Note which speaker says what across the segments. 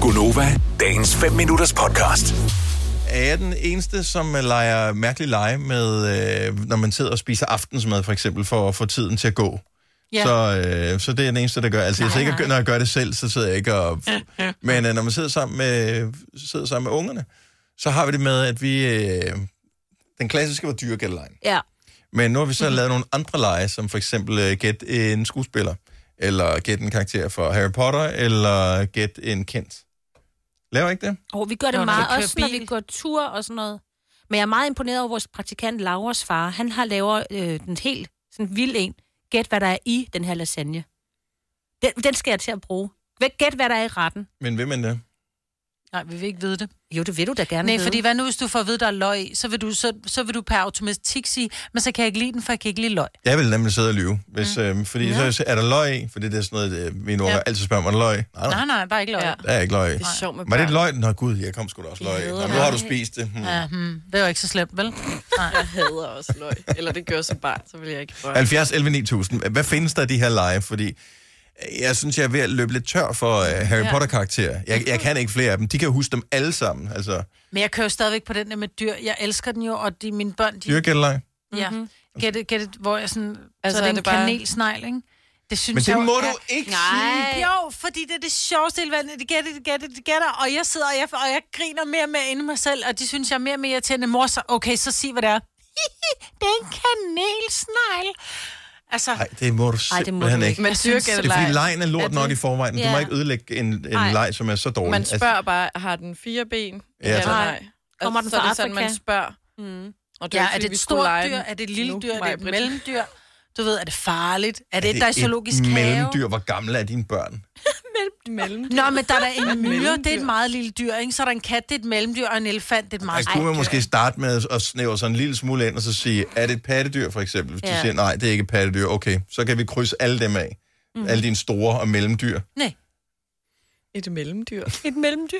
Speaker 1: Gunova, dagens 5 minutters podcast.
Speaker 2: Er jeg den eneste, som øh, leger mærkelig lege med, øh, når man sidder og spiser aftensmad, for eksempel, for at få tiden til at gå?
Speaker 3: Ja.
Speaker 2: Så, øh, så det er den eneste, der gør. Altså, nej, jeg
Speaker 3: Nej,
Speaker 2: sidder ikke,
Speaker 3: nej.
Speaker 2: når jeg gør det selv, så sidder jeg ikke og... Men øh, når man sidder sammen, med, sidder sammen med ungerne, så har vi det med, at vi... Øh, den klassiske var dyregældelejen.
Speaker 3: Ja.
Speaker 2: Men nu har vi
Speaker 3: Mhm.
Speaker 2: så lavet nogle andre lege, som for eksempel øh, gæt en skuespiller, eller gæt en karakter fra Harry Potter, eller gæt en kendt. Laver I ikke det?
Speaker 4: Og vi gør det
Speaker 3: Når
Speaker 4: når
Speaker 3: du
Speaker 4: meget,
Speaker 3: kører
Speaker 4: også når
Speaker 3: bil.
Speaker 4: vi går tur og sådan noget. Men jeg er meget imponeret over vores praktikant Lauras far. Han har lavet øh, den helt sådan vild en. Gæt, hvad der er i den her lasagne. Den, den skal jeg til at bruge. Hvad- Gæt, hvad der er i retten.
Speaker 2: Men vil man det?
Speaker 3: Nej, vi vil ikke vide det.
Speaker 4: Jo, det vil du da gerne
Speaker 3: Nej,
Speaker 4: vide.
Speaker 3: fordi hvad nu, hvis du får at vide, der er løg i, så vil du, så, så vil du per automatik sige, men så kan jeg ikke lide den, for jeg kan ikke lide løg.
Speaker 2: Jeg vil nemlig sidde og lyve, hvis, mm. øh, fordi ja.
Speaker 3: Ja.
Speaker 2: så er der løg i, fordi det er sådan noget, øh, mine unger ja.
Speaker 3: Ja.
Speaker 2: altid spørger mig, er der løg i? Nej, nej,
Speaker 3: Nej, nej, bare ikke løg. Ja.
Speaker 5: Ja.
Speaker 2: der er ikke løg i.
Speaker 5: Det er sjovt med
Speaker 2: Var det
Speaker 5: børn.
Speaker 2: et løg? Nå gud, jeg kom sgu da også løg i. Nå, nu har du spist det. Hmm.
Speaker 3: Ja, hmm, det var ikke så slemt, vel? Nej.
Speaker 5: Jeg hader også løg. Eller det gør så bare, så vil jeg ikke prøve.
Speaker 2: 70, 11, 9000. Hvad findes der af de her lege? Fordi øh, jeg synes, jeg er ved at løbe lidt tør for uh, Harry
Speaker 3: Ja.
Speaker 2: Potter-karakterer. Jeg, jeg kan ikke flere af dem. De kan jo huske dem alle sammen. Altså,
Speaker 3: Men jeg kører jo stadigvæk på den der med dyr. Jeg elsker den jo, og de, mine børn, de...
Speaker 2: dyrkældelej.
Speaker 3: Ja. Get it, get it, hvor jeg sådan... Altså,
Speaker 5: Altså,
Speaker 3: så er det
Speaker 5: er
Speaker 3: en
Speaker 5: det
Speaker 3: det
Speaker 5: bare-
Speaker 3: kanelsnegl, ikke? Det synes
Speaker 2: Men det
Speaker 3: jeg jo
Speaker 2: må
Speaker 3: er-
Speaker 2: du ikke
Speaker 4: Nej.
Speaker 3: Ej. Jo, fordi det er det sjoveste hele verden. Det Get it, get it, get it. Og jeg sidder, og jeg, og jeg griner mere og mere inde i mig selv, og de synes, jeg er mere og mere irriterende mor. Så, okay, så sig, hvad det er. det er en kanelsnegl. Altså,
Speaker 2: Nej, det må du
Speaker 4: Ej, det må
Speaker 2: simpelthen
Speaker 4: du
Speaker 2: ikke.
Speaker 4: ikke.
Speaker 5: Men
Speaker 2: Det er fordi,
Speaker 5: dyrkældelej,
Speaker 2: lejen er lort
Speaker 5: Er det-
Speaker 2: nok i forvejen. Du må
Speaker 4: Ja.
Speaker 2: ikke ødelægge en, en
Speaker 4: Nej.
Speaker 2: leg, som er så dårlig.
Speaker 5: man spørger bare, har den fire ben?
Speaker 2: Altså- Ja,
Speaker 5: eller
Speaker 2: tak.
Speaker 5: nej? Og
Speaker 4: Kommer den
Speaker 5: så er
Speaker 4: fra
Speaker 5: det sådan,
Speaker 4: Afrika?
Speaker 5: man spørger.
Speaker 4: Mm.
Speaker 5: Og det
Speaker 3: ja,
Speaker 5: ikke,
Speaker 3: er
Speaker 5: fordi
Speaker 3: det
Speaker 5: vi
Speaker 3: et
Speaker 5: skulle
Speaker 3: stort
Speaker 5: lege
Speaker 3: dyr?
Speaker 5: den
Speaker 3: Er det et lille
Speaker 5: nu,
Speaker 3: dyr? Er det et
Speaker 5: Maj-Brit.
Speaker 3: mellemdyr? Du ved, er det farligt? Er det,
Speaker 2: Altså,
Speaker 3: et, der er i zoologisk
Speaker 2: et
Speaker 3: have?
Speaker 2: mellemdyr. Hvor gamle er dine børn?
Speaker 5: Mellem.
Speaker 3: Nå, men der er der en myre, det er et meget lille dyr, ikke? Så er der en kat, det er et mellemdyr, og en elefant, det er et meget
Speaker 2: Altså,
Speaker 3: stort
Speaker 2: kunne man
Speaker 3: dyr.
Speaker 2: måske starte med at snævre sig en lille smule ind, og så sige, er det et pattedyr, for eksempel? Hvis ja. du
Speaker 4: Ja.
Speaker 2: siger, nej, det er ikke et pattedyr, okay, så kan vi krydse alle dem af. Mm. Alle dine store og mellemdyr.
Speaker 3: Nej.
Speaker 5: Et mellemdyr.
Speaker 4: Et mellemdyr.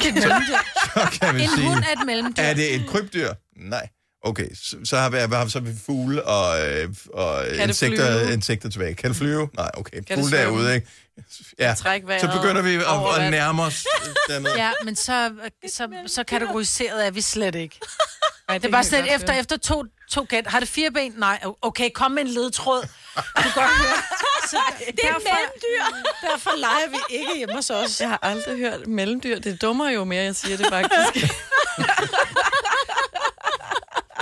Speaker 2: Så kan vi
Speaker 3: En
Speaker 2: sige,
Speaker 3: hund er et mellemdyr.
Speaker 2: er det et krybdyr? Nej. Okay, så, så har vi, hvad har vi så med fugle og, øh, og
Speaker 5: det
Speaker 2: insekter,
Speaker 5: flyve?
Speaker 2: insekter tilbage. Kan det flyve? Nej, okay.
Speaker 5: det
Speaker 2: Fugle
Speaker 5: svømme?
Speaker 2: derude, ikke? Ja,
Speaker 5: Træk vejret
Speaker 2: så begynder vi
Speaker 5: over
Speaker 2: at, at
Speaker 5: vand.
Speaker 2: nærme os øh, dernede.
Speaker 3: Ja, men så, så, så kategoriseret er vi slet ikke.
Speaker 5: Ej,
Speaker 3: Det er bare sådan, lidt, efter, efter to, to gæt. Har det fire ben? Nej. Okay, kom med en ledtråd. Du kan godt høre. Så det er derfor, derfor leger vi ikke hjemme hos os.
Speaker 5: Jeg har aldrig hørt mellemdyr. Det dummer jo mere, jeg siger det faktisk.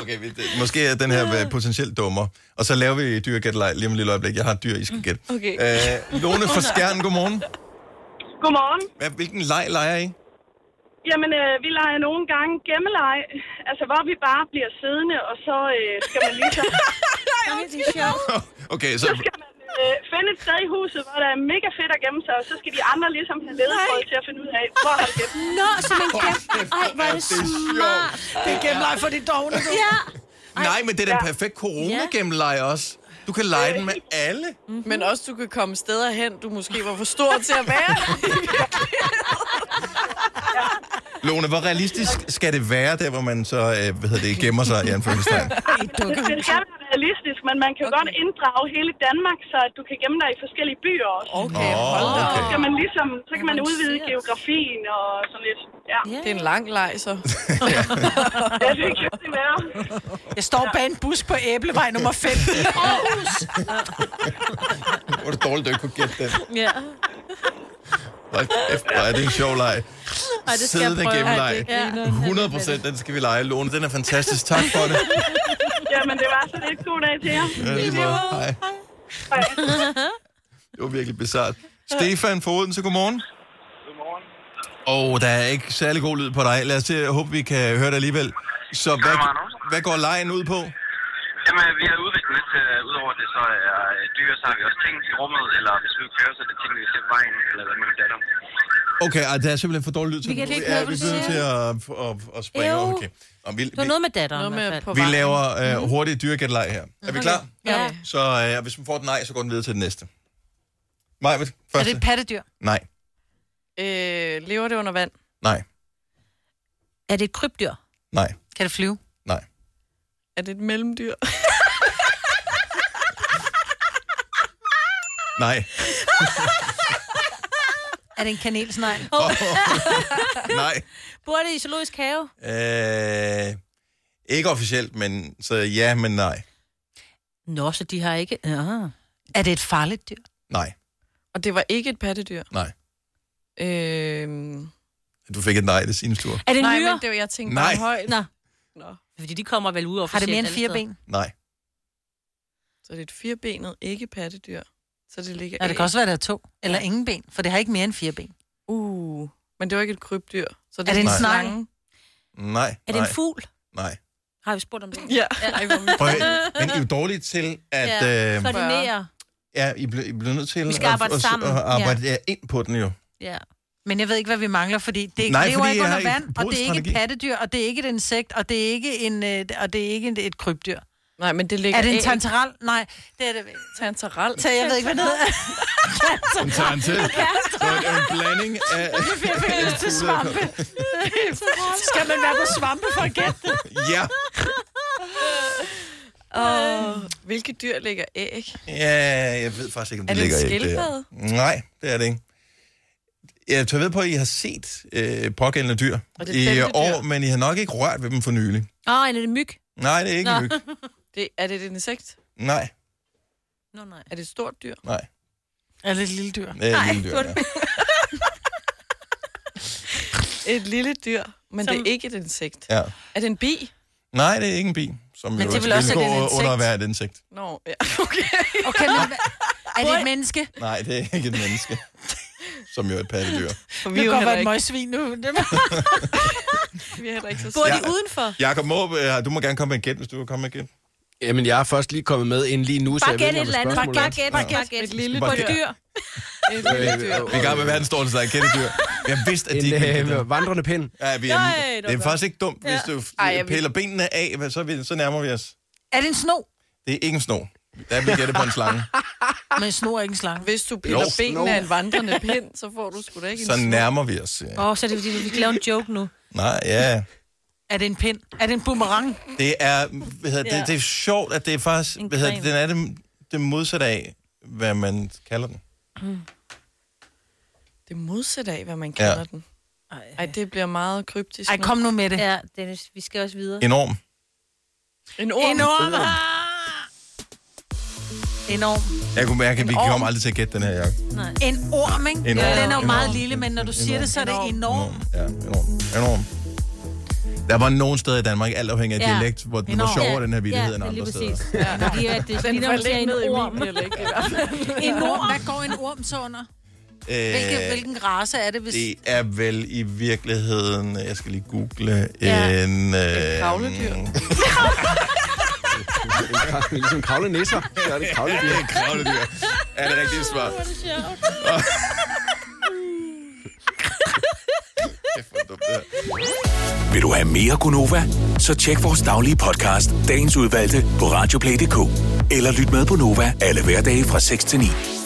Speaker 2: Okay, vi- det, måske er den her øh, potentielt dummer. Og så laver vi dyr gæt lige om et lille øjeblik. Jeg har et dyr, I skal gætte.
Speaker 5: Okay.
Speaker 2: Øh, Lone fra Skjern, godmorgen.
Speaker 6: Godmorgen.
Speaker 2: Hvad, hvilken leg leger I?
Speaker 6: Jamen, øh, vi leger nogle gange gemmeleje. Altså, hvor vi bare bliver siddende, og så øh, skal man ligesom...
Speaker 2: Okay, så...
Speaker 6: Så skal man øh, finde et sted i huset, hvor der er mega fedt at gemme sig, og så skal de andre ligesom have ledetråd til at finde ud af, hvor har du gemt den?
Speaker 4: Nå, som en gæt. Ej, hvor er det
Speaker 2: Det er
Speaker 4: smart.
Speaker 3: Det er gennemleje for de dogne. du.
Speaker 4: Ja.
Speaker 2: Nej, men det er den perfekte corona også. Du kan lege den med alle.
Speaker 5: Men også, du kan komme steder hen, du måske var for stor til at være.
Speaker 2: Lone, hvor realistisk skal det være, der hvor man så, øh, hvad hedder det, gemmer sig i anførselstegn?
Speaker 6: Det skal være realistisk, men man kan okay. godt inddrage hele Danmark, så at du kan gemme dig i forskellige byer også. Okay.
Speaker 5: Okay,
Speaker 2: Nå,
Speaker 5: hold da op.
Speaker 6: Så kan man ligesom, så kan man udvide geografien og sådan lidt. Ja,
Speaker 5: Det er en lang leg, så.
Speaker 6: ja det kan det være.
Speaker 3: Jeg står bag en bus på æblevej nummer 5.
Speaker 2: Hvor er det dårligt, du ikke kunne gætte den.
Speaker 5: Ja.
Speaker 2: Hold kæft, hvor er det en sjov leg. Ej,
Speaker 5: det skal jeg prøve.
Speaker 2: gennem
Speaker 5: Ej,
Speaker 2: leg.
Speaker 5: det griner.
Speaker 2: 100 procent, den skal vi lege. Lone, den er fantastisk. Tak for det.
Speaker 6: Jamen, det var så lidt god dag til jer.
Speaker 2: Ja, lige måde. Hej.
Speaker 6: Hej.
Speaker 2: Det var virkelig bizart. Stefan fra Odense, godmorgen.
Speaker 7: Godmorgen.
Speaker 2: Og der er ikke særlig god lyd på dig. Lad os se, jeg håber, vi kan høre det alligevel. Så hvad, hvad går lejen ud på?
Speaker 7: Jamen, vi har udviklet lidt, øh, udover det så er øh, dyr, så har vi også ting i rummet, eller hvis vi ikke kører, så er det ting, vi kan se på vejen, eller hvad man datter.
Speaker 2: Okay, ej, det er simpelthen for dårlig lyd. til-
Speaker 3: Vi kan ikke
Speaker 2: ja,
Speaker 3: høre, hvad
Speaker 2: vi
Speaker 3: du
Speaker 2: bliver nødt til at, at, at, at springe over.
Speaker 4: Øv.
Speaker 2: Okay. Og vi,
Speaker 4: Det var
Speaker 2: vi,
Speaker 4: noget med datteren
Speaker 5: Noget
Speaker 4: i
Speaker 5: med
Speaker 4: hvert
Speaker 5: på
Speaker 4: fald.
Speaker 2: vi
Speaker 5: vejen.
Speaker 2: laver øh, hurtigt dyrgætleg her. Er vi klar?
Speaker 4: Ja.
Speaker 2: Så øh, hvis man får den nej, så går den videre til den næste. Maja, første?
Speaker 3: Er det et pattedyr?
Speaker 2: Nej,
Speaker 5: Øh, lever det under vand?
Speaker 2: nej,
Speaker 4: Er det et krybdyr?
Speaker 2: nej,
Speaker 3: Kan det flyve?
Speaker 2: nej.
Speaker 5: Er det et mellemdyr?
Speaker 2: Nej.
Speaker 3: Er det en kanelsnegl?
Speaker 4: Oh,
Speaker 2: Nej.
Speaker 4: bor det i zoologisk have?
Speaker 2: Øh, ikke officielt, men så ja, men nej.
Speaker 4: Nå, så de har ikke... Ja.
Speaker 3: Er det et farligt dyr?
Speaker 2: Nej,
Speaker 5: Og det var ikke et pattedyr.
Speaker 2: nej.
Speaker 5: Øhm...
Speaker 2: Du fik et nej, det er sin tur.
Speaker 4: Er det en
Speaker 5: Nej,
Speaker 4: myre?
Speaker 5: men det var, jeg tænkte
Speaker 2: Nej.
Speaker 5: bare højt.
Speaker 4: Nå.
Speaker 5: Nå.
Speaker 4: Fordi de kommer vel ud
Speaker 3: Har det
Speaker 4: officielt
Speaker 3: mere end
Speaker 4: alle
Speaker 3: fire
Speaker 4: steder.
Speaker 3: ben?
Speaker 2: Nej.
Speaker 5: Så det er et firebenet, ikke pattedyr. Så det ligger
Speaker 3: Ja, det kan også være, der er to. Eller ingen ben, for det har ikke mere end fire ben.
Speaker 5: Uh, men det var ikke et krybdyr. Så det
Speaker 3: Er det en
Speaker 5: en
Speaker 3: slange?
Speaker 5: slange?
Speaker 2: Nej,
Speaker 4: Er det
Speaker 2: nej,
Speaker 4: en fugl?
Speaker 2: nej.
Speaker 4: Har vi spurgt om det?
Speaker 5: Ja. Ej, hvor
Speaker 2: Prøv, at- men I er jo dårlige til, at... Ja, øh,
Speaker 4: Koordinere.
Speaker 2: ja I, bliver, I bliver nødt til
Speaker 4: Vi skal
Speaker 2: at,
Speaker 4: arbejde
Speaker 2: at,
Speaker 4: sammen,
Speaker 2: at
Speaker 4: ja.
Speaker 2: arbejde ja. ind på den jo.
Speaker 4: Ja.
Speaker 3: Men jeg ved ikke, hvad vi mangler, fordi det
Speaker 2: Nej,
Speaker 3: Nej, lever
Speaker 2: fordi jeg
Speaker 3: ikke under
Speaker 2: har ikke
Speaker 3: vand, og det er ikke
Speaker 2: brugsstrategi.
Speaker 3: et pattedyr, og det er ikke et insekt, og det er ikke, en, øh, og det er ikke et, et krybdyr.
Speaker 5: Nej, men det ligger
Speaker 3: Er det en
Speaker 5: æg.
Speaker 3: tantaral? Nej, det er det.
Speaker 5: Tantaral.
Speaker 3: Så jeg ved ikke, hvad det hedder.
Speaker 8: Den tager en til.
Speaker 2: Så er det en blanding af...
Speaker 3: Jeg fik lyst til svampe. Skal man være på svampe for at gætte det?
Speaker 2: Ja.
Speaker 5: Åh, hvilke dyr ligger æg?
Speaker 2: ja, jeg ved faktisk ikke, om
Speaker 5: Er
Speaker 2: det,
Speaker 5: det en
Speaker 2: ligger ikke der. Nej, det er det ikke. Jeg tør ved på, at I har set øh, pågældende dyr
Speaker 5: Og det er
Speaker 2: i
Speaker 5: femte dyr.
Speaker 2: år, men I har nok ikke rørt ved dem for nylig.
Speaker 4: Åh, oh, er det en myg?
Speaker 2: Nej, det er ikke
Speaker 4: Nå.
Speaker 2: en myg.
Speaker 5: Det, er det et insekt?
Speaker 2: Nej,
Speaker 4: Nå, nej.
Speaker 5: Er det et stort dyr?
Speaker 2: nej.
Speaker 3: Er det et lille dyr?
Speaker 2: Det er et lille dyr, ja.
Speaker 5: Et lille dyr, men Som... det er ikke et insekt.
Speaker 2: ja.
Speaker 5: Er det en bi?
Speaker 2: Nej, det er ikke en bi, som
Speaker 3: Men
Speaker 2: jo
Speaker 3: det er vel
Speaker 2: altså
Speaker 3: også
Speaker 2: vil
Speaker 3: et
Speaker 2: gå
Speaker 3: insekt?
Speaker 2: under at være et insekt.
Speaker 5: Nå, ja, okay.
Speaker 3: Okay, men hvad- er det et menneske?
Speaker 2: Nej, det er ikke et menneske, som jo er et pattedyr.
Speaker 5: For
Speaker 3: Det
Speaker 5: vi,
Speaker 3: kan
Speaker 5: er jo
Speaker 3: godt
Speaker 5: heller
Speaker 3: være et
Speaker 5: ikke,
Speaker 3: møgsvin nu.
Speaker 5: vi er heller ikke så
Speaker 4: Bor de
Speaker 5: store.
Speaker 4: udenfor?
Speaker 2: Jakob Måb, øh, du må gerne komme med en gæt, hvis du vil komme med en gæt.
Speaker 8: Jamen, jeg er først lige kommet med ind lige nu, så
Speaker 4: Bare
Speaker 8: jeg ved
Speaker 4: gæt
Speaker 8: ikke,
Speaker 4: et
Speaker 8: om
Speaker 4: eller andet.
Speaker 8: spørgsmålet
Speaker 4: Bare gæt, bare gæt,
Speaker 5: Et lille
Speaker 4: På
Speaker 2: Bare
Speaker 4: et
Speaker 5: dyr.
Speaker 4: dyr.
Speaker 5: Et lille dyr.
Speaker 2: Vi er i gang med verdens største slags kæledyr. Jeg vidste, at de ikke ville
Speaker 8: En
Speaker 2: kende dem.
Speaker 8: øh, vandrende pind.
Speaker 2: Ja, vi er,
Speaker 4: Nej, det
Speaker 2: det er
Speaker 4: var
Speaker 2: faktisk ikke dumt, hvis du
Speaker 5: Ej, jeg
Speaker 2: piller benene af, hvad så, er vi, så nærmer vi os.
Speaker 3: Er det en sno?
Speaker 2: Det er ikke en sno. Der vil gætte på en slange.
Speaker 3: Men en sno er ikke en slange.
Speaker 5: Hvis du piller
Speaker 8: Jo,
Speaker 5: benene
Speaker 8: no.
Speaker 5: af en vandrende pind, så får du sgu da ikke en
Speaker 2: Så
Speaker 5: snor.
Speaker 2: nærmer vi os. ja.
Speaker 4: Åh, oh, så er det fordi, vi kan lave en joke nu.
Speaker 2: Nej, ja.
Speaker 3: Er det en pind? Er det en boomerang?
Speaker 2: Det er, hvad hedder, det, det er sjovt, at det er faktisk,
Speaker 4: En
Speaker 2: hvad hedder, det, den
Speaker 4: gren.
Speaker 2: er det, det modsatte af, hvad man kalder den.
Speaker 5: Det modsatte af, hvad man kalder
Speaker 2: Ja.
Speaker 5: ja. den. Ej, det bliver meget kryptisk.
Speaker 3: Ej,
Speaker 5: nu.
Speaker 3: kom nu med det.
Speaker 4: Ja, Dennis, vi skal også videre.
Speaker 2: Enorm.
Speaker 5: En orm. En orm.
Speaker 3: Enorm. Enorm.
Speaker 2: Jeg kunne mærke, at vi
Speaker 5: En orm.
Speaker 2: kommer aldrig til at gætte den her, Jakob.
Speaker 3: En orm, ikke?
Speaker 2: En
Speaker 3: En
Speaker 2: orm.
Speaker 3: orm. Den er jo
Speaker 2: En
Speaker 3: meget
Speaker 2: orm.
Speaker 3: lille, men når du
Speaker 2: En
Speaker 3: siger
Speaker 2: orm.
Speaker 3: det, så er det
Speaker 5: En orm.
Speaker 3: enorm.
Speaker 2: Ja, enorm. Enorm. Der var nogen steder i Danmark, alt afhængig af
Speaker 4: Ja.
Speaker 2: dialekt, hvor den var
Speaker 3: Enorm.
Speaker 2: sjovere, den her vittighed,
Speaker 4: ja,
Speaker 2: end andre steder.
Speaker 4: Ja, det er lige præcis. Fordi at det
Speaker 5: Den
Speaker 4: ligner,
Speaker 5: var
Speaker 4: at vi er
Speaker 5: lidt
Speaker 4: en
Speaker 5: ned i
Speaker 4: orm.
Speaker 5: min dialekt. i hvert fald.
Speaker 3: En orm. Hvad går en orm så under? Hvilke,
Speaker 2: Øh,
Speaker 3: hvilken race er det, hvis...
Speaker 2: Det er vel i virkeligheden, jeg skal lige google,
Speaker 4: Ja.
Speaker 2: en... Øh,
Speaker 5: kravledyr.
Speaker 8: Ligesom kravle nisser. Så er det kravledyr.
Speaker 2: en kravledyr. Er det rigtigt svar? Hvor er det sjovt.
Speaker 1: Vil du have mere Gunova? Så tjek vores daglige podcast, dagens udvalgte, på radioplay.dk. Eller lyt med på Nova alle hverdage fra 6 til 9.